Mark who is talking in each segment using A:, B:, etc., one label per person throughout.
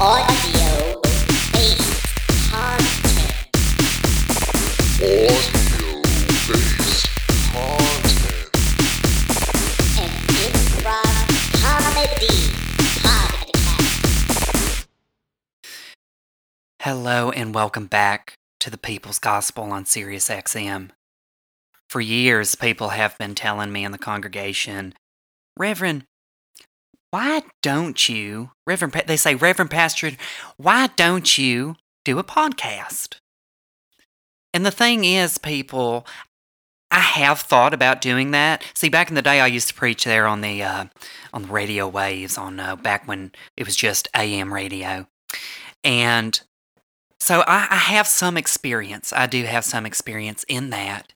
A: Audio based content.
B: Audio-based content.
A: An improv comedy podcast.
C: Hello and welcome back to the People's Gospel on Sirius XM. For years, people have been telling me in the congregation, Reverend, why don't you, Reverend, Pa- they say, Reverend Pastor, why don't you do a podcast? And the thing is, people, I have thought about doing that. See, back in the day, I used to preach there on the uh, on the radio waves, on uh, back when it was just AM radio, and so I, I have some experience. I do have some experience in that.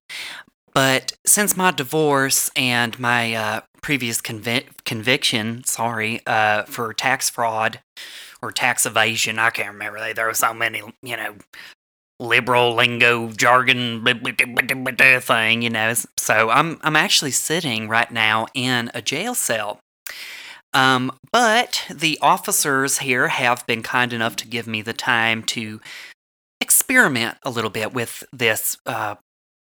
C: But since my divorce and my uh, previous convic- conviction, sorry, uh, for tax fraud or tax evasion, I can't remember. They throw so many, you know, liberal lingo jargon blah, blah, blah, blah, blah, blah thing, you know. So I'm I'm actually sitting right now in a jail cell. Um, but the officers here have been kind enough to give me the time to experiment a little bit with this, uh,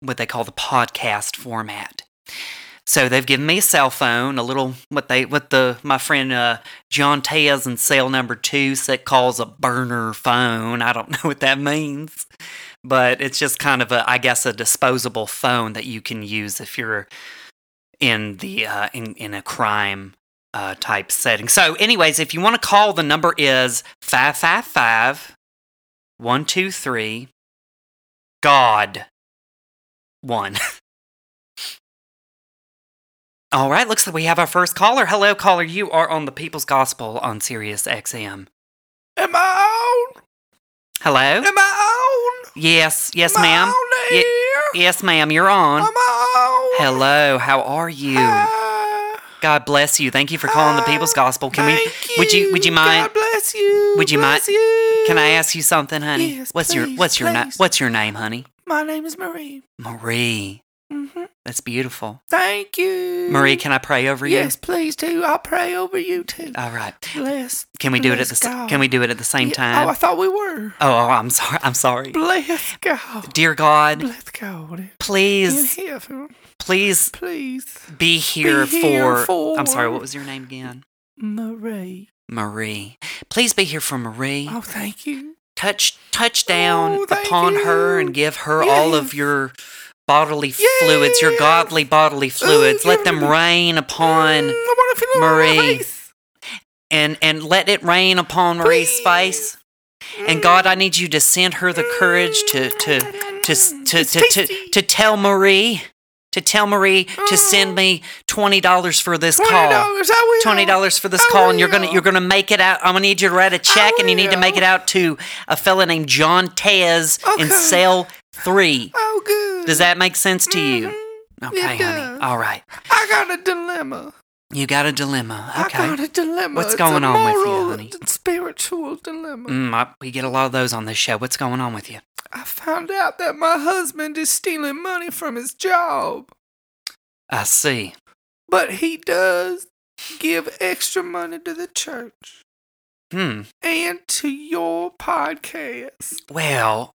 C: what they call the podcast format. So they've given me a cell phone, a little what they what the my friend uh, John Tez in cell number two set calls a burner phone. I don't know what that means, but it's just kind of a I guess a disposable phone that you can use if you're in the uh, in in a crime uh, type setting. So, anyways, if you want to call, the number is 555 123 God 1. All right, looks like we have our first caller. Hello, caller. You are on the People's Gospel on Sirius XM.
B: Am I on?
C: Hello?
B: Am I on?
C: Yes, yes,
B: Am I
C: ma'am.
B: on
C: Ye-
B: air?
C: Yes, ma'am, you're on.
B: Am I on?
C: Hello, how are you?
B: Ah,
C: God bless you. Thank you for calling the People's Gospel. Can we
B: thank
C: would you would you mind
B: God bless you.
C: would you
B: bless
C: mind-
B: you.
C: Can I ask you something, honey?
B: Yes,
C: what's your
B: please,
C: what's your na-
B: please.
C: what's your name, honey?
B: My name is Marie.
C: Marie.
B: hmm
C: That's beautiful.
B: Thank you.
C: Marie, can I pray over you?
B: Yes, please do. I'll pray over you too.
C: All right.
B: Bless.
C: Can we do it at
B: Bless
C: the s-
B: God.
C: Can we do it at the same
B: Yeah,
C: time?
B: Oh, I thought we were.
C: oh, oh, I'm sorry. I'm sorry.
B: Bless God.
C: Dear God,
B: Bless God. In
C: please,
B: heaven,
C: please
B: please.
C: be here,
B: here
C: for, I'm sorry.
B: for-
C: What was your name again?
B: Marie.
C: Marie. Please be here for Marie.
B: Oh, thank you.
C: Touch touch down
B: Oh, thank
C: upon her
B: you.
C: and give her all of
B: Yes.
C: your bodily fluids, your
B: Yes.
C: godly bodily fluids. Let
B: give
C: them
B: me-
C: rain upon.
B: Oh, Mm, I want to feel it on my
C: Marie.
B: face.
C: and and let it rain upon Marie's
B: Please.
C: face. And God, I need you to send her the courage to to to to
B: It's
C: to, to,
B: tasty.
C: to tell Marie to tell Marie to send me twenty dollars for this
B: Twenty
C: call.
B: dollars. I will.
C: Twenty dollars for this
B: I
C: call, and you're gonna
B: will.
C: you're gonna make it out. I'm gonna need you to write a check, and you need to make it
B: will.
C: out to a fella named John Tez in
B: Okay.
C: cell three.
B: Oh, good.
C: Does that make sense to you?
B: Mhm.
C: Okay,
B: It
C: honey.
B: does.
C: All right,
B: I got a dilemma.
C: you got a dilemma. Okay.
B: I got a dilemma.
C: What's
B: It's
C: going
B: a
C: on with you,
B: moral
C: honey?
B: and Spiritual dilemma.
C: Mm, I, we get a lot of those on this show. What's going on with you?
B: I found out that my husband is stealing money from his job,
C: I see.
B: but he does give extra money to the church
C: Hmm.
B: and to your podcast.
C: Well,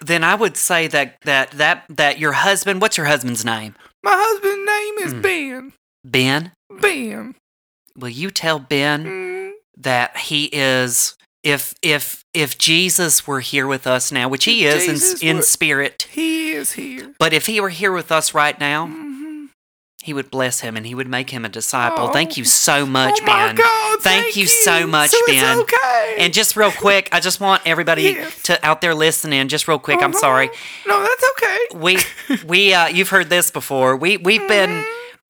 C: then I would say that that that that your husband. What's your husband's name?
B: My husband's name is
C: Mm.
B: Ben.
C: Ben.
B: Ben.
C: Will you tell Ben
B: Mm.
C: that he is? If if if Jesus were here with us now, which he
B: If
C: is
B: Jesus
C: in, in
B: were-
C: spirit,
B: He is here.
C: but if he were here with us right now,
B: Mhm.
C: he would bless him and he would make him a disciple.
B: Oh.
C: Thank you so much,
B: oh my
C: Ben.
B: God!
C: Thank
B: Thank,
C: you so much,
B: so it's
C: Ben.
B: okay.
C: And just real quick, I just want everybody
B: Yes.
C: to out there listening, just real quick. I'm
B: Uh-huh.
C: sorry.
B: No, that's okay.
C: we we uh, you've heard this before. We we've been
B: Mhm.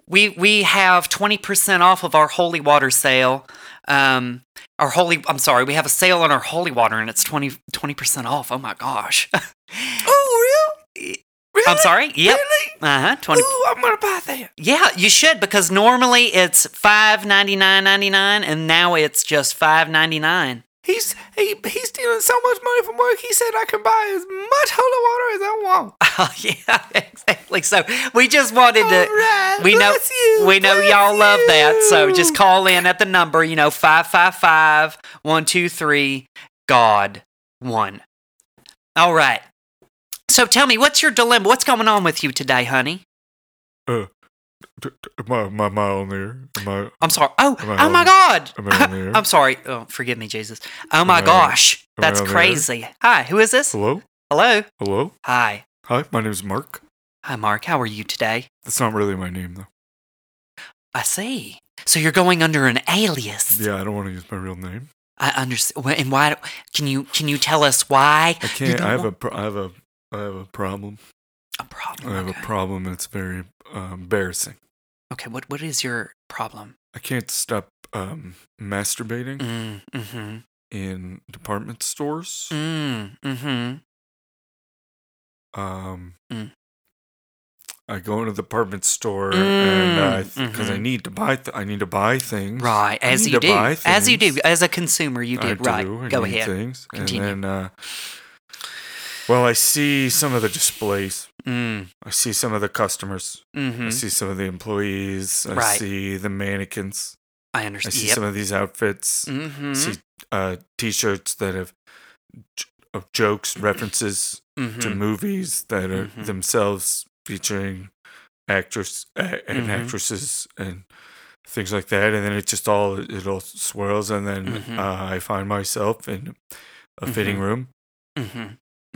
C: we we have twenty percent off of our holy water sale. Um, our holy I'm sorry, we have a sale on our holy water and it's 20 percent off. Oh my gosh.
D: Mm-hmm.
B: Oh, real? Really?
C: I'm sorry. Yep.
B: Really?
C: Uh huh. Twenty.
B: Ooh, I'm gonna buy that.
C: Yeah, you should because normally it's five ninety nine ninety nine and now it's just five ninety nine.
D: He's he, he's stealing so much money from work. He said I can buy as much holy water as I want.
C: Oh, yeah, exactly. So we just wanted
D: All
B: Oh,
C: to.
D: right,
C: we know
D: bless you,
C: we know
D: bless
C: y'all love that. So just
D: you.
C: call in at the number, you know, 555 123 God 1. All right. So tell me, what's your dilemma? What's going on with you today, honey?
B: Am I, am I, am I on there? Am I,
C: I'm sorry. Oh,
B: Am I
C: oh my
B: on-
C: God.
B: am I on the air?
C: I'm sorry. Oh, forgive me, Jesus. Oh my
B: I-
C: gosh.
B: am I
C: That's
B: on the air?
C: crazy. Hi, who is this?
B: hello?
C: Hello.
B: Hello?
C: Hi.
B: Hi, my name's Mark.
C: Hi, Mark. How are you today?
B: That's not really my name, though.
C: I see. So you're going under an alias.
B: Yeah, I don't want to use my real name.
C: I understand. And why? do- Can you can you tell us why?
B: I
C: You
B: can't.
C: don't
B: I have a.
C: want-
B: Pro- I have a. I have a problem.
C: A problem.
B: I have a
C: okay.
B: problem. and It's very uh, embarrassing.
C: Okay, What what is your problem?
B: I can't stop um, masturbating
C: Mm, mm-hmm.
B: in department stores.
C: Mm, mm-hmm.
B: Um,
C: Mm.
B: I go into the department store
C: Mm,
B: and because I
C: mhm.
B: need to buy. Th- I need to buy things.
C: Right.
B: I
C: As
B: need
C: you
B: to
C: do.
B: buy
C: As you do.
B: things.
C: As a consumer, you do.
B: I
C: right.
B: do, I
C: Go
B: need
C: ahead.
B: Things.
C: Continue.
B: And then, uh, well, I see some of the displays.
C: Mm,
B: I see some of the customers.
C: mm-hmm.
B: I see some of the employees. I
C: Right.
B: see the mannequins.
C: I
B: I
C: understand.
B: see
C: Yep.
B: some of these outfits.
C: Mm-hmm.
B: I see uh, t-shirts that have j- of jokes, references to
C: mm-hmm.
B: movies that are
C: Mhm.
B: themselves featuring actors a and
C: Mhm.
B: actresses and things like that. And then it just all it all swirls. And then
C: Mhm.
B: uh, I find myself in a fitting
C: Mhm.
B: room.
C: Mm-hmm.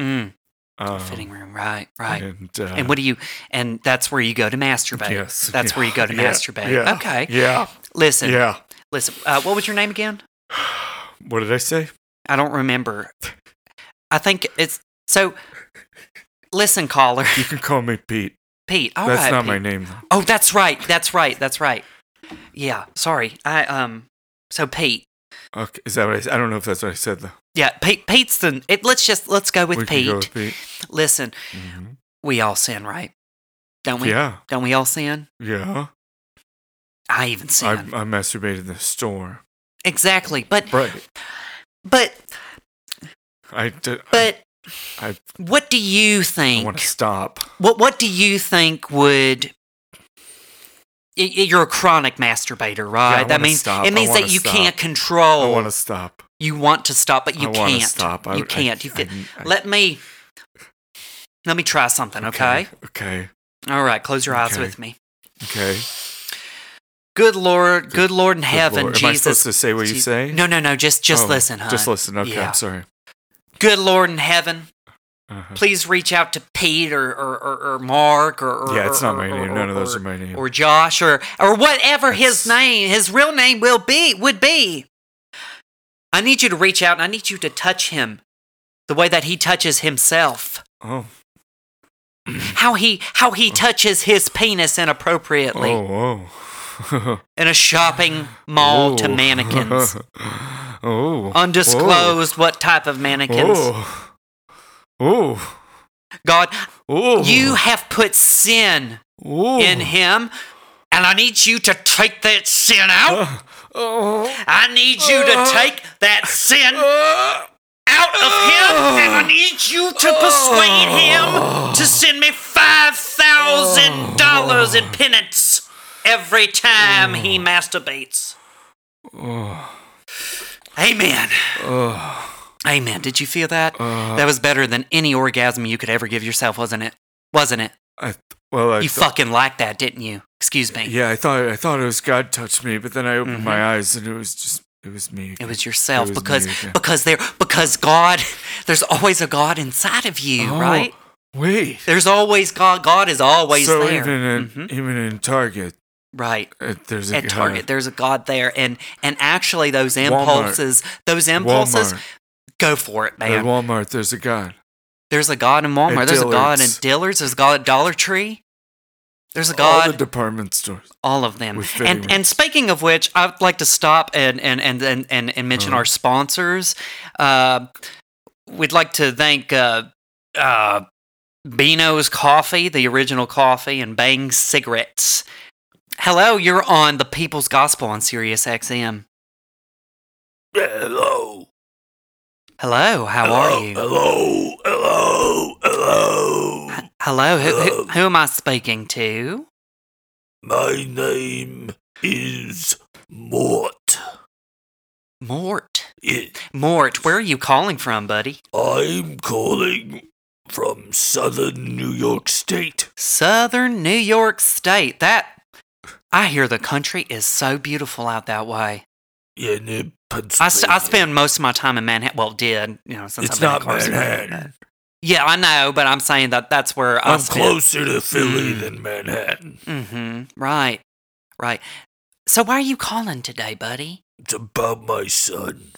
C: Mm.
B: Um,
C: Fitting room. Right. Right.
B: And, uh,
C: and what do you? And that's where you go to masturbate.
B: Yes.
C: That's where you go to
B: Yeah,
C: masturbate.
B: yeah,
C: Okay.
B: Yeah.
C: Listen.
B: Yeah.
C: Listen. Uh, what was your name again?
B: What did I say?
C: I don't remember. I think it's so. Listen, caller,
B: You can call me Pete.
C: Pete. All right,
B: That's not my
C: Pete.
B: name. though.
C: Oh, that's right. That's right. That's right. Yeah. Sorry. I um. So Pete.
B: Okay. Is that what I said? I don't know if that's what I said though.
C: Yeah. Pete. Pete's the. It, let's just let's go with Mm-hmm.
B: we
C: Pete.
B: Can go with Pete.
C: Listen,
B: Mhm.
C: we all sin, right? Don't we?
B: Yeah.
C: Don't we all sin?
B: Yeah.
C: I even sin.
B: I, I masturbated in the store.
C: exactly. But
B: Right.
C: but
B: I did.
C: but
B: I,
C: what do you
B: I
C: think?
B: want to stop.
C: What What do you think would? Y- y- You're a chronic masturbator,
B: I
C: right? that
B: wanna
C: means
B: stop.
C: it
B: I
C: means
B: wanna
C: that you
B: stop.
C: can't
B: I
C: control.
B: want to stop.
C: you want to stop, but Oh. you
B: I want
C: can't.
B: to stop. I,
C: you
B: I-
C: can't. you
B: I-
C: fit.
B: I-
C: Let me. Let me try something, okay?
B: Okay.
C: All right, close your eyes
B: Okay.
C: with me.
B: Okay.
C: Good Lord, good Lord in
B: Good
C: heaven,
B: Lord.
C: Jesus.
B: Am I supposed to say what you
C: Je-
B: say?
C: No, no, no. Just, just
B: Oh,
C: listen, huh?
B: Just listen. Okay.
C: Yeah.
B: I'm sorry.
C: Good Lord in heaven,
B: Uh-huh.
C: please reach out to Pete or or, or, or Mark or, or
B: Yeah, it's not
C: or-
B: my
C: or-
B: name. None of those
C: or-
B: are my name.
C: or Josh or or whatever his
B: That's-
C: name, his real name will be would be. I need you to reach out and I need you to touch him the way that he touches himself.
B: Oh.
C: How he how he touches his penis inappropriately
B: Oh. Oh.
C: in a shopping mall to
B: Ooh.
C: mannequins.
B: oh.
C: Undisclosed what type of mannequins.
B: Oh. Oh.
C: God,
B: Oh.
C: you have put sin
B: oh.
C: in him, and I need you to take that sin out.
B: Uh, oh.
C: I need you to take that sin
B: Uh,
C: out of him, and I need you to
B: Oh.
C: persuade him to send me five thousand dollars in penance every time he masturbates.
B: oh.
C: Amen.
B: Oh.
C: Amen. Did you feel that?
B: Uh,
C: That was better than any orgasm you could ever give yourself, wasn't it? Wasn't it?
B: I, well, I
C: You
B: thought-
C: fucking liked that, didn't you? Excuse me.
B: Yeah, I thought I thought it was God touched me, but then I opened
C: Mhm.
B: my eyes and it was just it was me.
C: It was yourself
B: It was
C: because
B: me again.
C: because there because God there's always a God inside of you,
B: Oh,
C: right?
B: Wait.
C: There's always God. God is always
B: so
C: there.
B: even in
C: Mhm.
B: even in Target,
C: Right.
B: uh, there's a
C: At
B: God.
C: Target, there's a God there, and and actually those
B: Walmart.
C: impulses, those impulses,
B: Walmart.
C: go for it,
B: At
C: man.
B: Walmart, there's a God.
C: there's a God in Walmart.
B: At
C: There's a God in
B: Dillard's.
C: Dillard's. There's a God at Dollar Tree. There's a
B: All
C: God.
B: the department stores.
C: all of them.
B: With fitting
C: And and
B: rooms.
C: speaking of which, I'd like to stop and and and and, and, and mention
B: Uh-huh.
C: our sponsors. Uh, we'd like to thank uh, uh, Beano's Coffee, the original coffee, and Bang Cigarettes. Hello, you're on the People's Gospel on Sirius XM.
D: Hello.
C: Hello, how are you?
B: Hello, hello, hello.
C: H- Hello, who, who, who am I speaking to?
B: My name is Mort.
C: Mort.
B: It,
C: Mort, where are you calling from, buddy?
B: I'm calling from southern New York State.
C: Southern New York State. That. I hear the country is so beautiful out that way.
B: In uh, Pennsylvania.
C: I, s- I spend most of my time in Manhattan. Well, did, you know, since
B: It's
C: I've been
B: not
C: incarcerated.
B: Manhattan.
C: Yeah, I know, but I'm saying that that's where I
B: I'm
C: spend.
B: closer to Philly
C: Mm.
B: than Manhattan.
C: Mm-hmm. Right. Right. So why are you calling today, buddy?
B: It's about my son.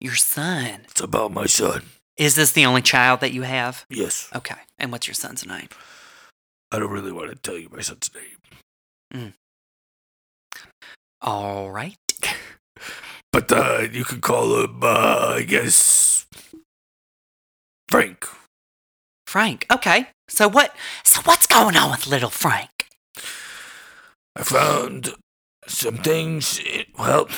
C: Your son.
B: It's about my son.
C: Is this the only child that you have?
B: Yes.
C: Okay. And what's your son's name?
B: I don't really want to tell you my son's name,
C: All right.
B: but uh, you can call him, uh, I guess, Frank.
C: Frank. Okay. So what so what's going on with little Frank?
B: I found some things. It, well,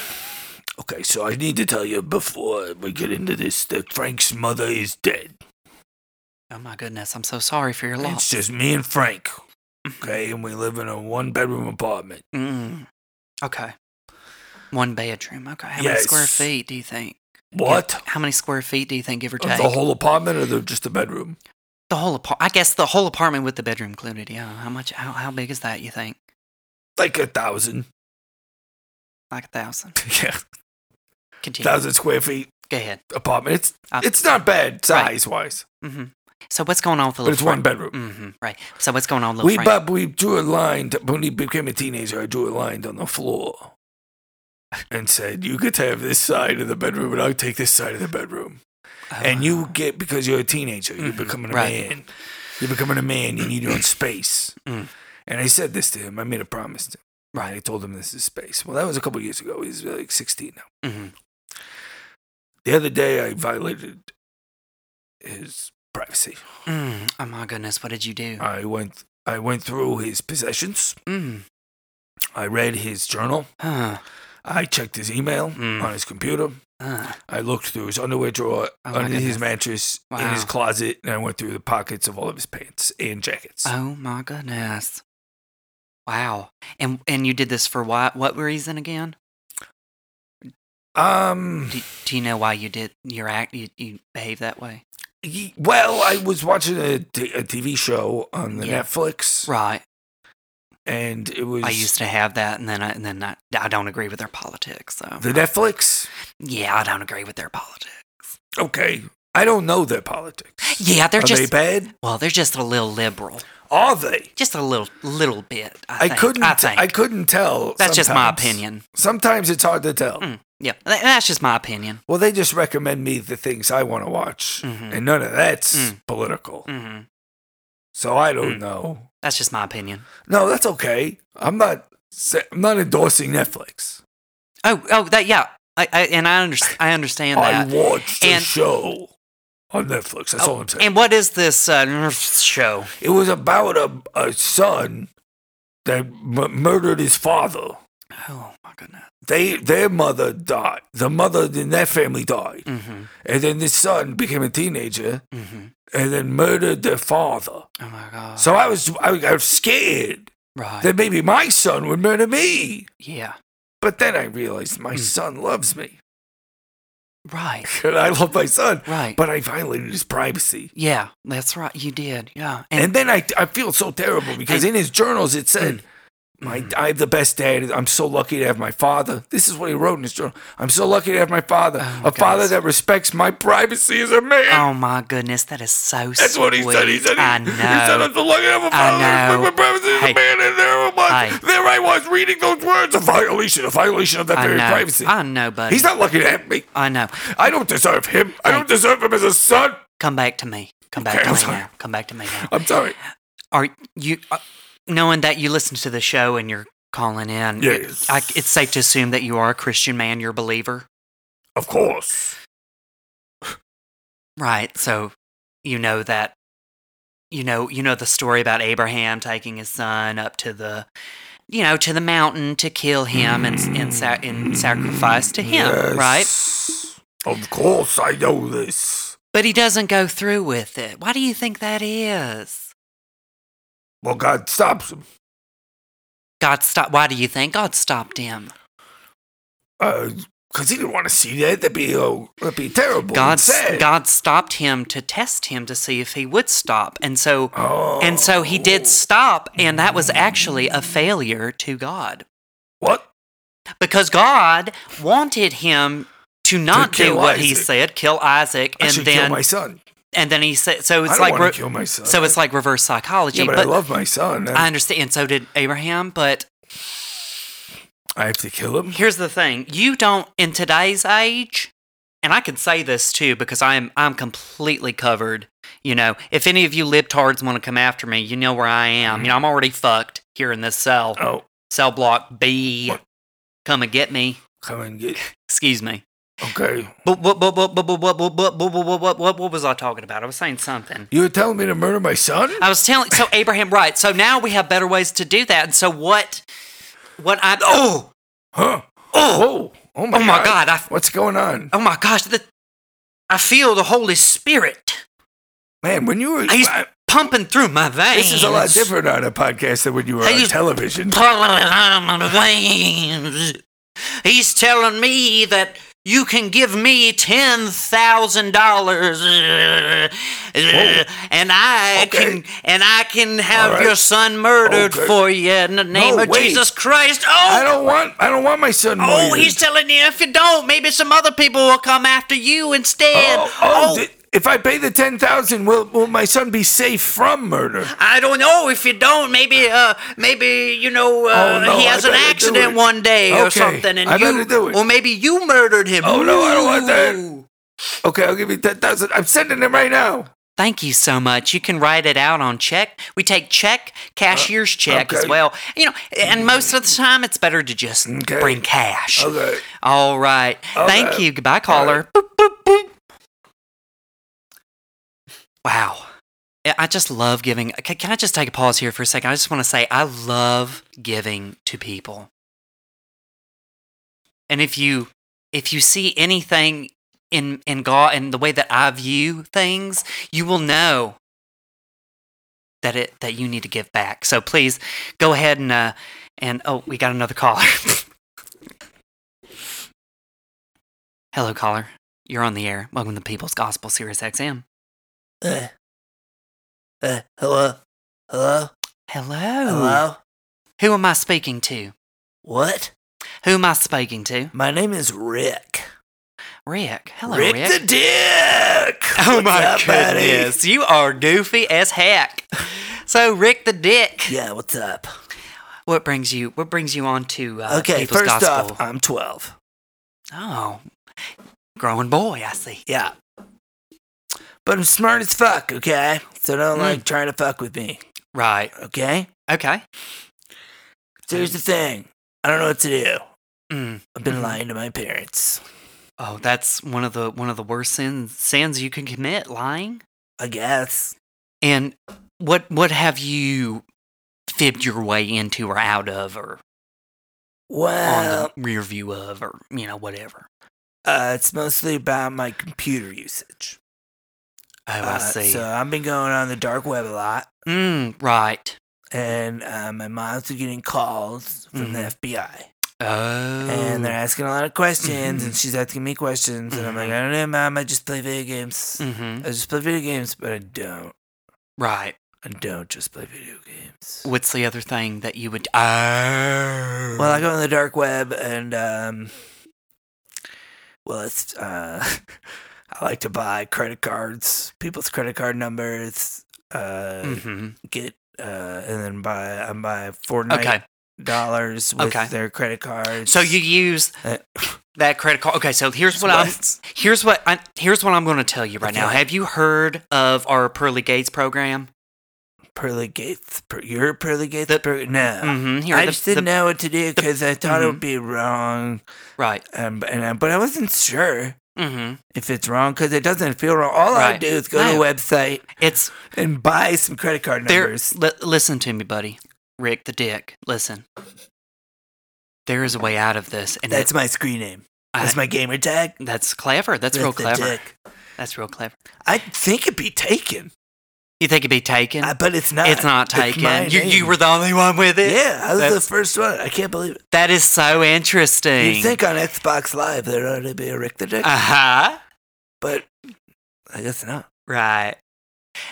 B: okay, so I need to tell you before we get into this that Frank's mother is dead.
C: Oh my goodness, I'm so sorry for your
B: It's
C: loss.
B: just me and Frank. Okay, and we live in a one bedroom apartment.
C: Mm. Okay. One bedroom. Okay. How many square
B: Yes.
C: feet do you think?
B: What?
C: How many square feet do you think give or
B: Of
C: take?
B: The whole apartment or the, just the bedroom?
C: the whole apart I guess the whole apartment with the bedroom included, yeah. How much how, how big is that you think?
B: Like a thousand.
C: Like a thousand.
B: yeah,
C: Continue.
B: thousand square feet
C: Go ahead.
B: apartment. It's,
C: Uh,
B: it's not bad size wise,
C: Mm-hmm. So what's going on with the
B: but
C: little
B: it's one bedroom.
C: Mm-hmm. Right. So what's going on with little
B: We,
C: Frank?
B: but we drew a line to, when he became a teenager. I drew a line on the floor and said, "You get to have this side of the bedroom, and I'll take this side of the bedroom."
C: Oh,
B: And you
C: uh,
B: get because you're a teenager, you're
C: Mhm,
B: becoming a
C: right.
B: man. You're becoming a man. You need your own space.
C: Mm.
B: And I said this to him. I made a promise to him. Right. I told him this is space. Well, that was a couple years ago. He's uh, like 16 now.
C: mhm.
B: The other day, I violated his privacy.
C: Mm. Oh my goodness, what did you do?
B: I went. I went through his possessions.
C: mm.
B: I read his journal.
C: Huh.
B: I checked his email
C: Mm.
B: on his computer.
C: Uh.
B: I looked through his underwear drawer,
C: Oh my
B: under his
C: goodness.
B: mattress, in his
C: Wow.
B: closet, and I went through the pockets of all of his pants and jackets.
C: Oh my goodness. Wow. And and you did this for what what reason again?
B: um,
C: Do, do you know why you did your act you, you behave that way?
B: ye- well, I was watching a, t- a TV show on the
C: Yeah.
B: Netflix,
C: Right.
B: and it was
C: I used to have that and then I, and then I, I don't agree with their politics. So
B: the Netflix.
C: yeah, I don't agree with their politics.
B: Okay, I don't know their politics.
C: Yeah, they're
B: Are
C: just
B: they bad?
C: well, they're just a little liberal.
B: Are they?
C: Just a little little bit. I,
B: I
C: think.
B: couldn't.
C: I think.
B: couldn't tell.
C: That's just my
B: sometimes.
C: opinion.
B: Sometimes it's hard to tell.
C: Mm, yeah, tha- that's just my opinion.
B: Well, they just recommend me the things I want to watch,
C: Mhm.
B: and none of that's
C: Mm.
B: political.
C: hmm
B: So I don't
C: Mm.
B: know.
C: That's just my opinion.
B: No, that's okay. I'm not. sa- I'm not endorsing Netflix.
C: Oh, oh, that yeah. I, I and I understand. I understand
B: I
C: that.
B: watched a
C: and- Oh,
B: show on Netflix. That's all I'm saying.
C: And what is this uh, show?
B: it was about a a son that m- murdered his father.
C: Oh my goodness.
B: They their mother died. The mother in their family died,
C: Mm-hmm.
B: and then this son became a teenager
C: Mm-hmm.
B: and then murdered their father.
C: Oh my god.
B: So I was I, I was scared
C: right.
B: that maybe my son would murder me.
C: yeah.
B: But then I realized my
C: Mm.
B: son loves me,
C: Right.
B: and I love my son.
C: Right.
B: But I violated his privacy,
C: yeah, that's right. You did. Yeah.
B: and, then I I feel so terrible because in his journals it said.
C: Mm.
B: My, I have the best dad. I'm so lucky to have my father. This is what he wrote in his journal. I'm so lucky to have my father,
C: Oh,
B: a
C: my
B: father
C: goodness.
B: that respects my privacy as a man.
C: oh my goodness, that is so
B: That's what he said. He
C: sweet.
B: said, he,
C: I
B: he
C: know.
B: said I'm so lucky to have a father
C: I
B: that
C: know.
B: respects my privacy as
C: Hey.
B: a man. And there I was.
C: Hey.
B: There I was reading those words. A violation, a violation of that
C: I
B: very
C: know.
B: privacy.
C: I know, buddy.
B: He's not lucky to have me.
C: I know.
B: I don't deserve him. I
C: Hey.
B: don't deserve him as a son.
C: Come back to me. Come back
B: Okay,
C: to
B: I'm
C: me
B: sorry.
C: now. Come back to me now.
B: I'm sorry.
C: Are you uh, knowing that you listen to the show and you're calling in?
B: Yes.
C: I, it's safe to assume that you are a Christian man. You're a believer,
B: Of course.
C: right? So you know that. You know, you know the story about Abraham taking his son up to the, you know, to the mountain to kill him and and, sa- and sacrifice to him, right?
B: Mm-hmm. Yes. Of course I know this.
C: But he doesn't go through with it. Why do you think that is?
B: Well, God stops him.
C: God stop. Why do you think God stopped him?
B: Because Uh, he didn't want to see that. That'd be, uh, that'd be terrible.
C: God,
B: and sad.
C: God stopped him to test him to see if he would stop. And so
B: Oh.
C: and so he did stop and that was actually a failure to God.
B: What?
C: Because God wanted him to not do
B: kill
C: what he
B: Isaac.
C: said, kill Isaac
B: I
C: and
B: should
C: then
B: kill my son.
C: and then he said so
B: I
C: it's
B: don't
C: like
B: want
C: re-
B: to kill my son.
C: so it's like reverse psychology.
B: yeah, but,
C: but
B: I love my son.
C: I
B: I,
C: understand and so did Abraham, but
B: I have to kill him.
C: here's the thing you don't in today's age and i can say this too because i'm i'm completely covered you know if any of you libtards want to come after me you know where i am you know i'm already fucked here in this cell
B: Mm-hmm. Oh,
C: cell block b
B: What?
C: come and get me
B: come and get.
C: excuse me
B: Okay.
C: but what but but but but but but but but but what what what was i talking about i was saying something
B: You were telling me to murder my son?
C: i was telling so abraham right so now we have better ways to do that and so what what i oh
B: Huh?
C: oh
B: Whoa. Oh my,
C: Oh my God, I-
B: What's going on?
C: oh my gosh the, i feel the holy spirit
B: Man, when you were.
C: He's
B: I-
C: pumping through my veins.
B: this is a lot different on a podcast than when you were
C: I
B: on
C: used-
B: television.
C: Pulling out my veins. He's telling me that you can give me ten thousand dollars, and I
B: Okay.
C: can and I can have
B: All right.
C: your son murdered
B: Okay.
C: for you in the name
B: No,
C: of
B: wait.
C: Jesus Christ.
B: I
C: Oh.
B: don't want. I don't want my son.
C: Oh,
B: murdered.
C: he's telling you if you don't, maybe some other people will come after you instead.
B: Oh, oh, th- if I pay the ten thousand, will will my son be safe from murder?
C: I don't know if you don't. Maybe, uh, maybe you know
B: Oh,
C: uh,
B: no,
C: he
B: I
C: has an
B: better do
C: accident
B: it.
C: one day or
B: Okay,
C: something, and
B: I
C: you,
B: better do it.
C: or maybe you murdered him.
B: Oh, no, I don't want that.
C: Ooh.
B: Okay, I'll give you ten thousand. I'm sending him right now.
C: Thank you so much. You can write it out on check. We take check, cashier's check as
B: Uh, okay. Mm-hmm.
C: well. You know, and most of the time it's better to just
B: Okay.
C: bring cash.
B: Okay.
C: All right. Thank
B: Okay.
C: you. Goodbye, caller. Boop, boop, boop. Wow. I- I just love giving. Can can I just take a pause here for a second? I just want to say I love giving to people. And if you if you see anything in in God in the way that I view things, you will know that it that you need to give back. So please go ahead and uh and oh, we got another caller. Hello, caller. You're on the air. Welcome to People's Gospel, Sirius XM.
E: Uh, uh, hello? Hello?
C: Hello.
E: Hello?
C: Who am I speaking to?
E: What?
C: Who am I speaking to?
E: My name is Rick.
C: Rick. Hello,
E: Rick,
C: Rick.
E: the Dick!
C: oh
E: What's
C: my
E: up, buddy?
C: goodness, you are goofy as heck. So, Rick the Dick,
E: Yeah, what's up?
C: what brings you? What brings you on to uh,
E: okay,
C: People's
E: first
C: Gospel?
E: off, I'm 12.
C: oh, growing boy, I see.
E: Yeah. But I'm smart as fuck, okay? So don't
C: Mm.
E: like trying to fuck with me,
C: Right.
E: okay?
C: Okay. Hmm.
E: So here's the thing I don't know what to do.
C: Mm.
E: I've been
C: Mhm.
E: lying to my parents,
C: Oh, that's one of the one of the worst sins sins you can commit, lying.
E: I guess.
C: And what what have you fibbed your way into or out of or Oh,
E: Well,
C: on the rear view of or you know whatever?
E: uh, it's mostly about my computer usage.
C: Oh, I
E: Uh,
C: see.
E: So I've been going on the dark web a lot,
C: mm, right.
E: and uh, my mom's been getting calls from
C: Mm-hmm.
E: the FBI,
C: Oh.
E: and they're asking a lot of questions,
C: Mhm.
E: and she's asking me questions, and I'm like,
C: Mhm.
E: I don't know, mom, I just play video games.
C: hmm
E: I just play video games, but I don't.
C: Right.
E: I don't just play video games.
C: What's the other thing that you would? Oh.
E: Well, I go on the dark web, and um, well, it's uh, I like to buy credit cards, people's credit card numbers, uh,
C: hmm
E: get. Uh, and then buy, I buy Fortnite
C: Okay.
E: dollars with
C: Okay.
E: their credit cards.
C: So you use
E: Uh,
C: that credit card. Okay. So here's what I'm. Here's what I. Here's what I'm going to tell you right now.
E: Okay.
C: Have you heard of our Pearly Gates program?
E: Pearly Gates. Per, your Pearly Gates.
C: The-
E: per,
B: Uh,
E: no,
C: Mm-hmm. Here,
E: I
C: the-
E: just didn't
C: the-
E: know what to do because I thought it would
C: mhm.
E: be wrong,
C: Right.
E: um, and I, but I wasn't sure
C: Mm-hmm.
E: if it's wrong because it doesn't feel wrong. All I
C: Right.
E: do is go to
C: No.
E: a website
C: It's
E: and buy some credit card
C: There,
E: numbers.
C: li- listen to me, buddy. Rick the Dick, listen. There is a way out of this, and
E: That's
C: it's
E: my screen name.
B: That's my gamer tag.
C: That's clever. That's real
B: With the
C: clever.
B: dick.
C: That's real clever.
B: I think it'd be taken,
C: You think it'd be taken?
B: I- but it's not.
C: it's not
B: It's my
C: taken. You, you
B: name.
C: were the only one with it.
B: Yeah, I was the
C: That's-
B: first one. I can't believe it.
C: That is so interesting.
B: You think on Xbox Live there'd already be a Rick the Dick,
C: Uh huh.
B: but I guess not.
C: Right.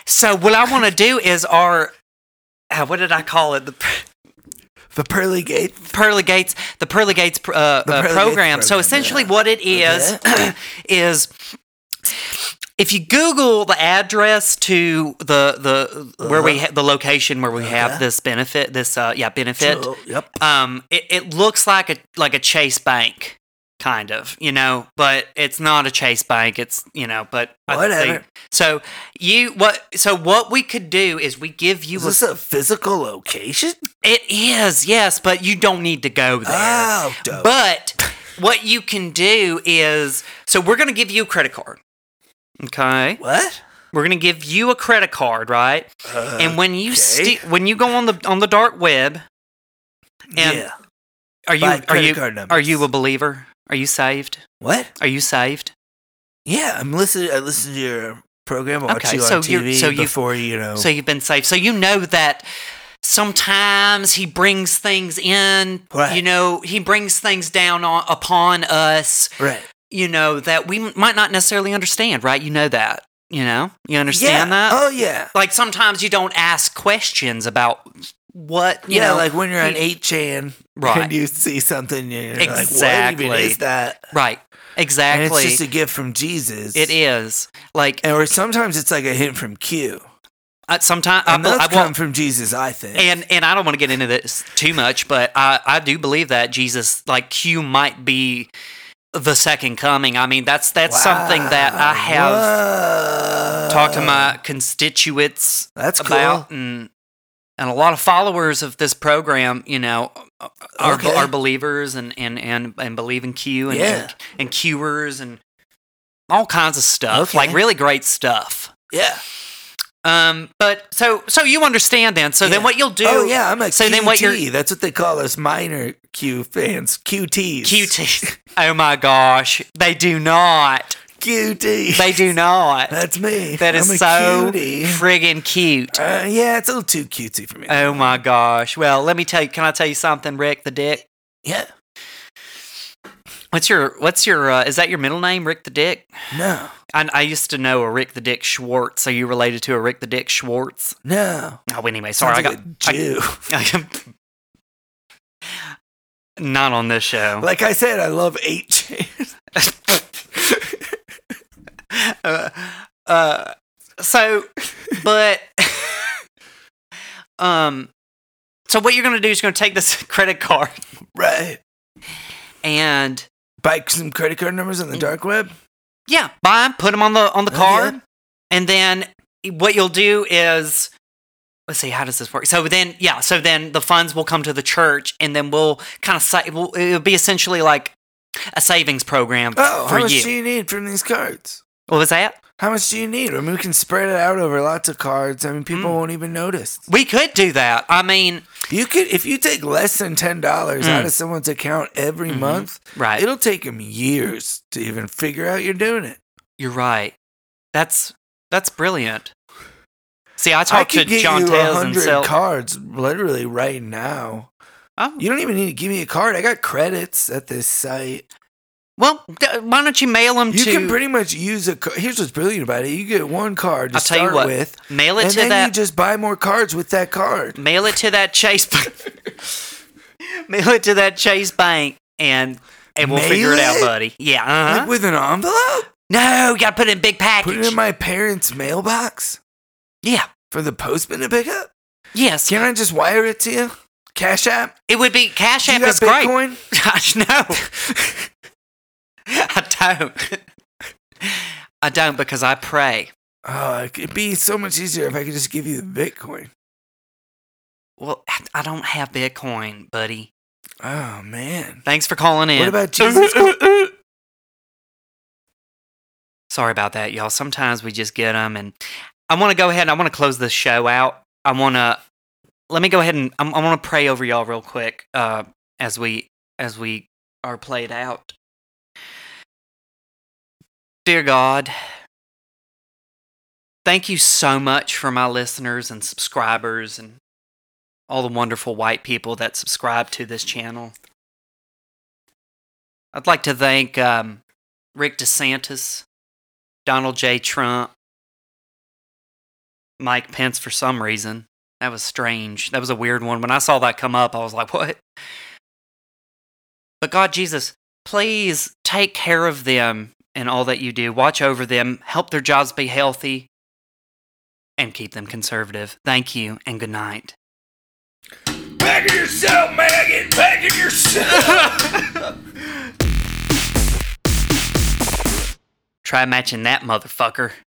C: So what I want to do is our. Uh, what did I call it? The
B: The pearly gate.
C: Pearly Gates, the Pearly Gates uh, uh,
B: Pearly
C: program.
B: Gates
C: So
B: program,
C: essentially,
B: yeah.
C: what it is is if you Google the address to the the where we ha- the location where we have
B: Uh-huh. Okay.
C: this benefit, this uh, yeah benefit.
B: Oh, yep.
C: Um, it, it looks like a like a Chase Bank kind of, you know, but it's not a Chase Bank. It's you know, but I
B: Whatever.
C: think- So you what? So what we could do is we give you
B: Is
C: a
B: this a physical location?
C: it is, yes, but you don't need to go there.
B: Oh, dope.
C: But what you can do is so we're going to give you a credit card. Okay.
B: what? Uh,
C: We're going to give you a credit card, right? and when you
B: okay.
C: sti- when you go on the on the dark web, and
B: yeah.
C: are you
B: Buy
C: are
B: credit
C: you
B: card numbers.
C: are you a believer? Are you saved?
B: what?
C: Are you saved?
B: Yeah, I'm listening. I listen to your program. I watch
C: Okay,
B: you
C: so
B: on
C: you're-
B: TV
C: so you-
B: before you know.
C: So you've been saved. So you know that sometimes he brings things in.
B: Right.
C: You know, he brings things down on, upon us.
B: right.
C: you know, that we m- might not necessarily understand, right? You know that. You know? You understand
B: yeah.
C: that?
B: Oh yeah.
C: Like sometimes you don't ask questions about what, you
B: yeah,
C: know,
B: like when you're on
C: you-
B: eight chan
C: Right.
B: and you see something, and you're like, "What
C: Exactly.
B: even is that?"
C: right.
B: And
C: Exactly.
B: it's just a gift from Jesus.
C: it is. Like
B: and or sometimes it's like a hint from Q.
C: sometimes I,
B: And
C: bel-
B: those
C: I,
B: come
C: well,
B: from Jesus, I think.
C: and and I don't want to get into this too much, but I I do believe that Jesus like Q might be the second coming. I mean, that's that's something that I have
B: Whoa.
C: talked to my constituents
B: That's
C: about
B: cool.
C: and and a lot of followers of this program, you know, are
B: Okay.
C: are believers and and and and believe in Q and
B: Yeah.
C: and, and cures and all kinds of stuff, like
B: Okay.
C: really great stuff.
B: Yeah.
C: Um, but so so you understand then. So
B: Yeah.
C: then what you'll do?
B: oh yeah, I'm a
C: so
B: QT.
C: then what you're
B: That's what they call us minor Q fans. QTs.
C: QT. oh my gosh, they do not.
B: QT.
C: They do not.
B: That's me.
C: That is
B: I'm a
C: so
B: cutie.
C: friggin' cute.
B: Uh, yeah, it's a little too cutesy for me.
C: Oh my gosh. Well, let me tell you. Can I tell you something, Rick the Dick?
B: yeah.
C: What's your what's your uh, is that your middle name Rick the Dick?
B: No.
C: I, I used to know a Rick the Dick Schwartz. Are you related to a Rick the Dick Schwartz?
B: No.
C: Oh, anyway, sorry, I
B: Sounds
C: got
B: like a Jew.
C: I, not on this show.
B: like I said, I love eight chains.
C: Uh, uh, so, but um, so what you're gonna do is you're gonna take this credit card
B: Right.
C: and
B: Buy some credit card numbers on the dark web.
C: Yeah, buy them, put them on the on the
B: Okay.
C: card, and then what you'll do is let's see how does this work. So then, yeah, so then the funds will come to the church, and then we'll kind of sa- we'll, it'll be essentially like a savings program
B: Oh,
C: for
B: how much
C: you.
B: do you need from these cards?
C: what was that?
B: How much do you need? I mean, we can spread it out over lots of cards. I mean, people
C: Mm.
B: won't even notice.
C: We could do that. I mean,
B: You could, if you take less than ten dollars
C: Mm.
B: out of someone's account every
C: Mhm.
B: month,
C: right?
B: it'll take them years to even figure out you're doing it.
C: You're right. That's that's brilliant. See, I
B: I
C: talked to
B: could get
C: John
B: you a
C: Tez and
B: hundred
C: sell.
B: cards literally right now.
C: oh,
B: You don't even need to give me a card. I got credits at this site.
C: well, d- why don't you mail them
B: You
C: to?
B: can pretty much use a. Card. Here's what's brilliant about it: you get one card to
C: I'll tell you
B: start
C: what.
B: with,
C: mail it
B: and
C: to
B: then
C: that.
B: you just buy more cards with that card.
C: mail it to that Chase. mail it to that Chase bank, and and we'll
B: Mail
C: figure it out,
B: it?
C: buddy. Yeah. Uh-huh.
B: Like with an envelope.
C: no, you gotta put it in a big package.
B: Put it in my parents' mailbox
C: yeah.
B: for the postman to pick up.
C: Yes.
B: Can I just wire it to you? Cash app?
C: it would be Cash
B: Do you
C: App
B: got
C: is great.
B: Bitcoin?
C: no, I don't. I don't because I pray.
B: Oh, it'd be so much easier if I could just give you the Bitcoin.
C: Well, I- I don't have Bitcoin, buddy.
B: Oh man.
C: Thanks for calling in.
B: What about Jesus?
C: Sorry about that, y'all. Sometimes we just get them, and I want to go ahead and I want to close this show out. I want to let me go ahead and I'm, I want to pray over y'all real quick uh, as we as we are played out. Dear God, thank you so much for my listeners and subscribers and all the wonderful white people that subscribe to this channel. I'd like to thank um, Rick DeSantis, Donald J. Trump, Mike Pence for some reason. That was strange. That was a weird one. When I saw that come up, I was like, what? But God, Jesus, please take care of them and all that you do. Watch over them, help their jobs be healthy, and keep them conservative. Thank you, and good night.
B: Back in yourself, maggot! Back in yourself!
C: Try matching that motherfucker.